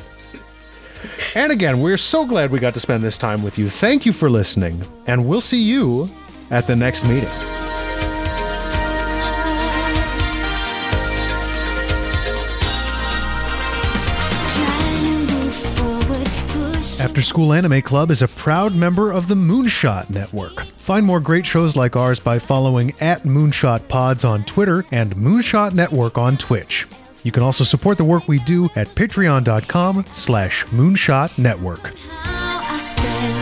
And again, we're so glad we got to spend this time with you. Thank you for listening, and we'll see you at the next meeting. After School Anime Club is a proud member of the Moonshot Network. Find more great shows like ours by following at Moonshot Pods on Twitter and Moonshot Network on Twitch. You can also support the work we do at patreon.com slash moonshot network.
How I spend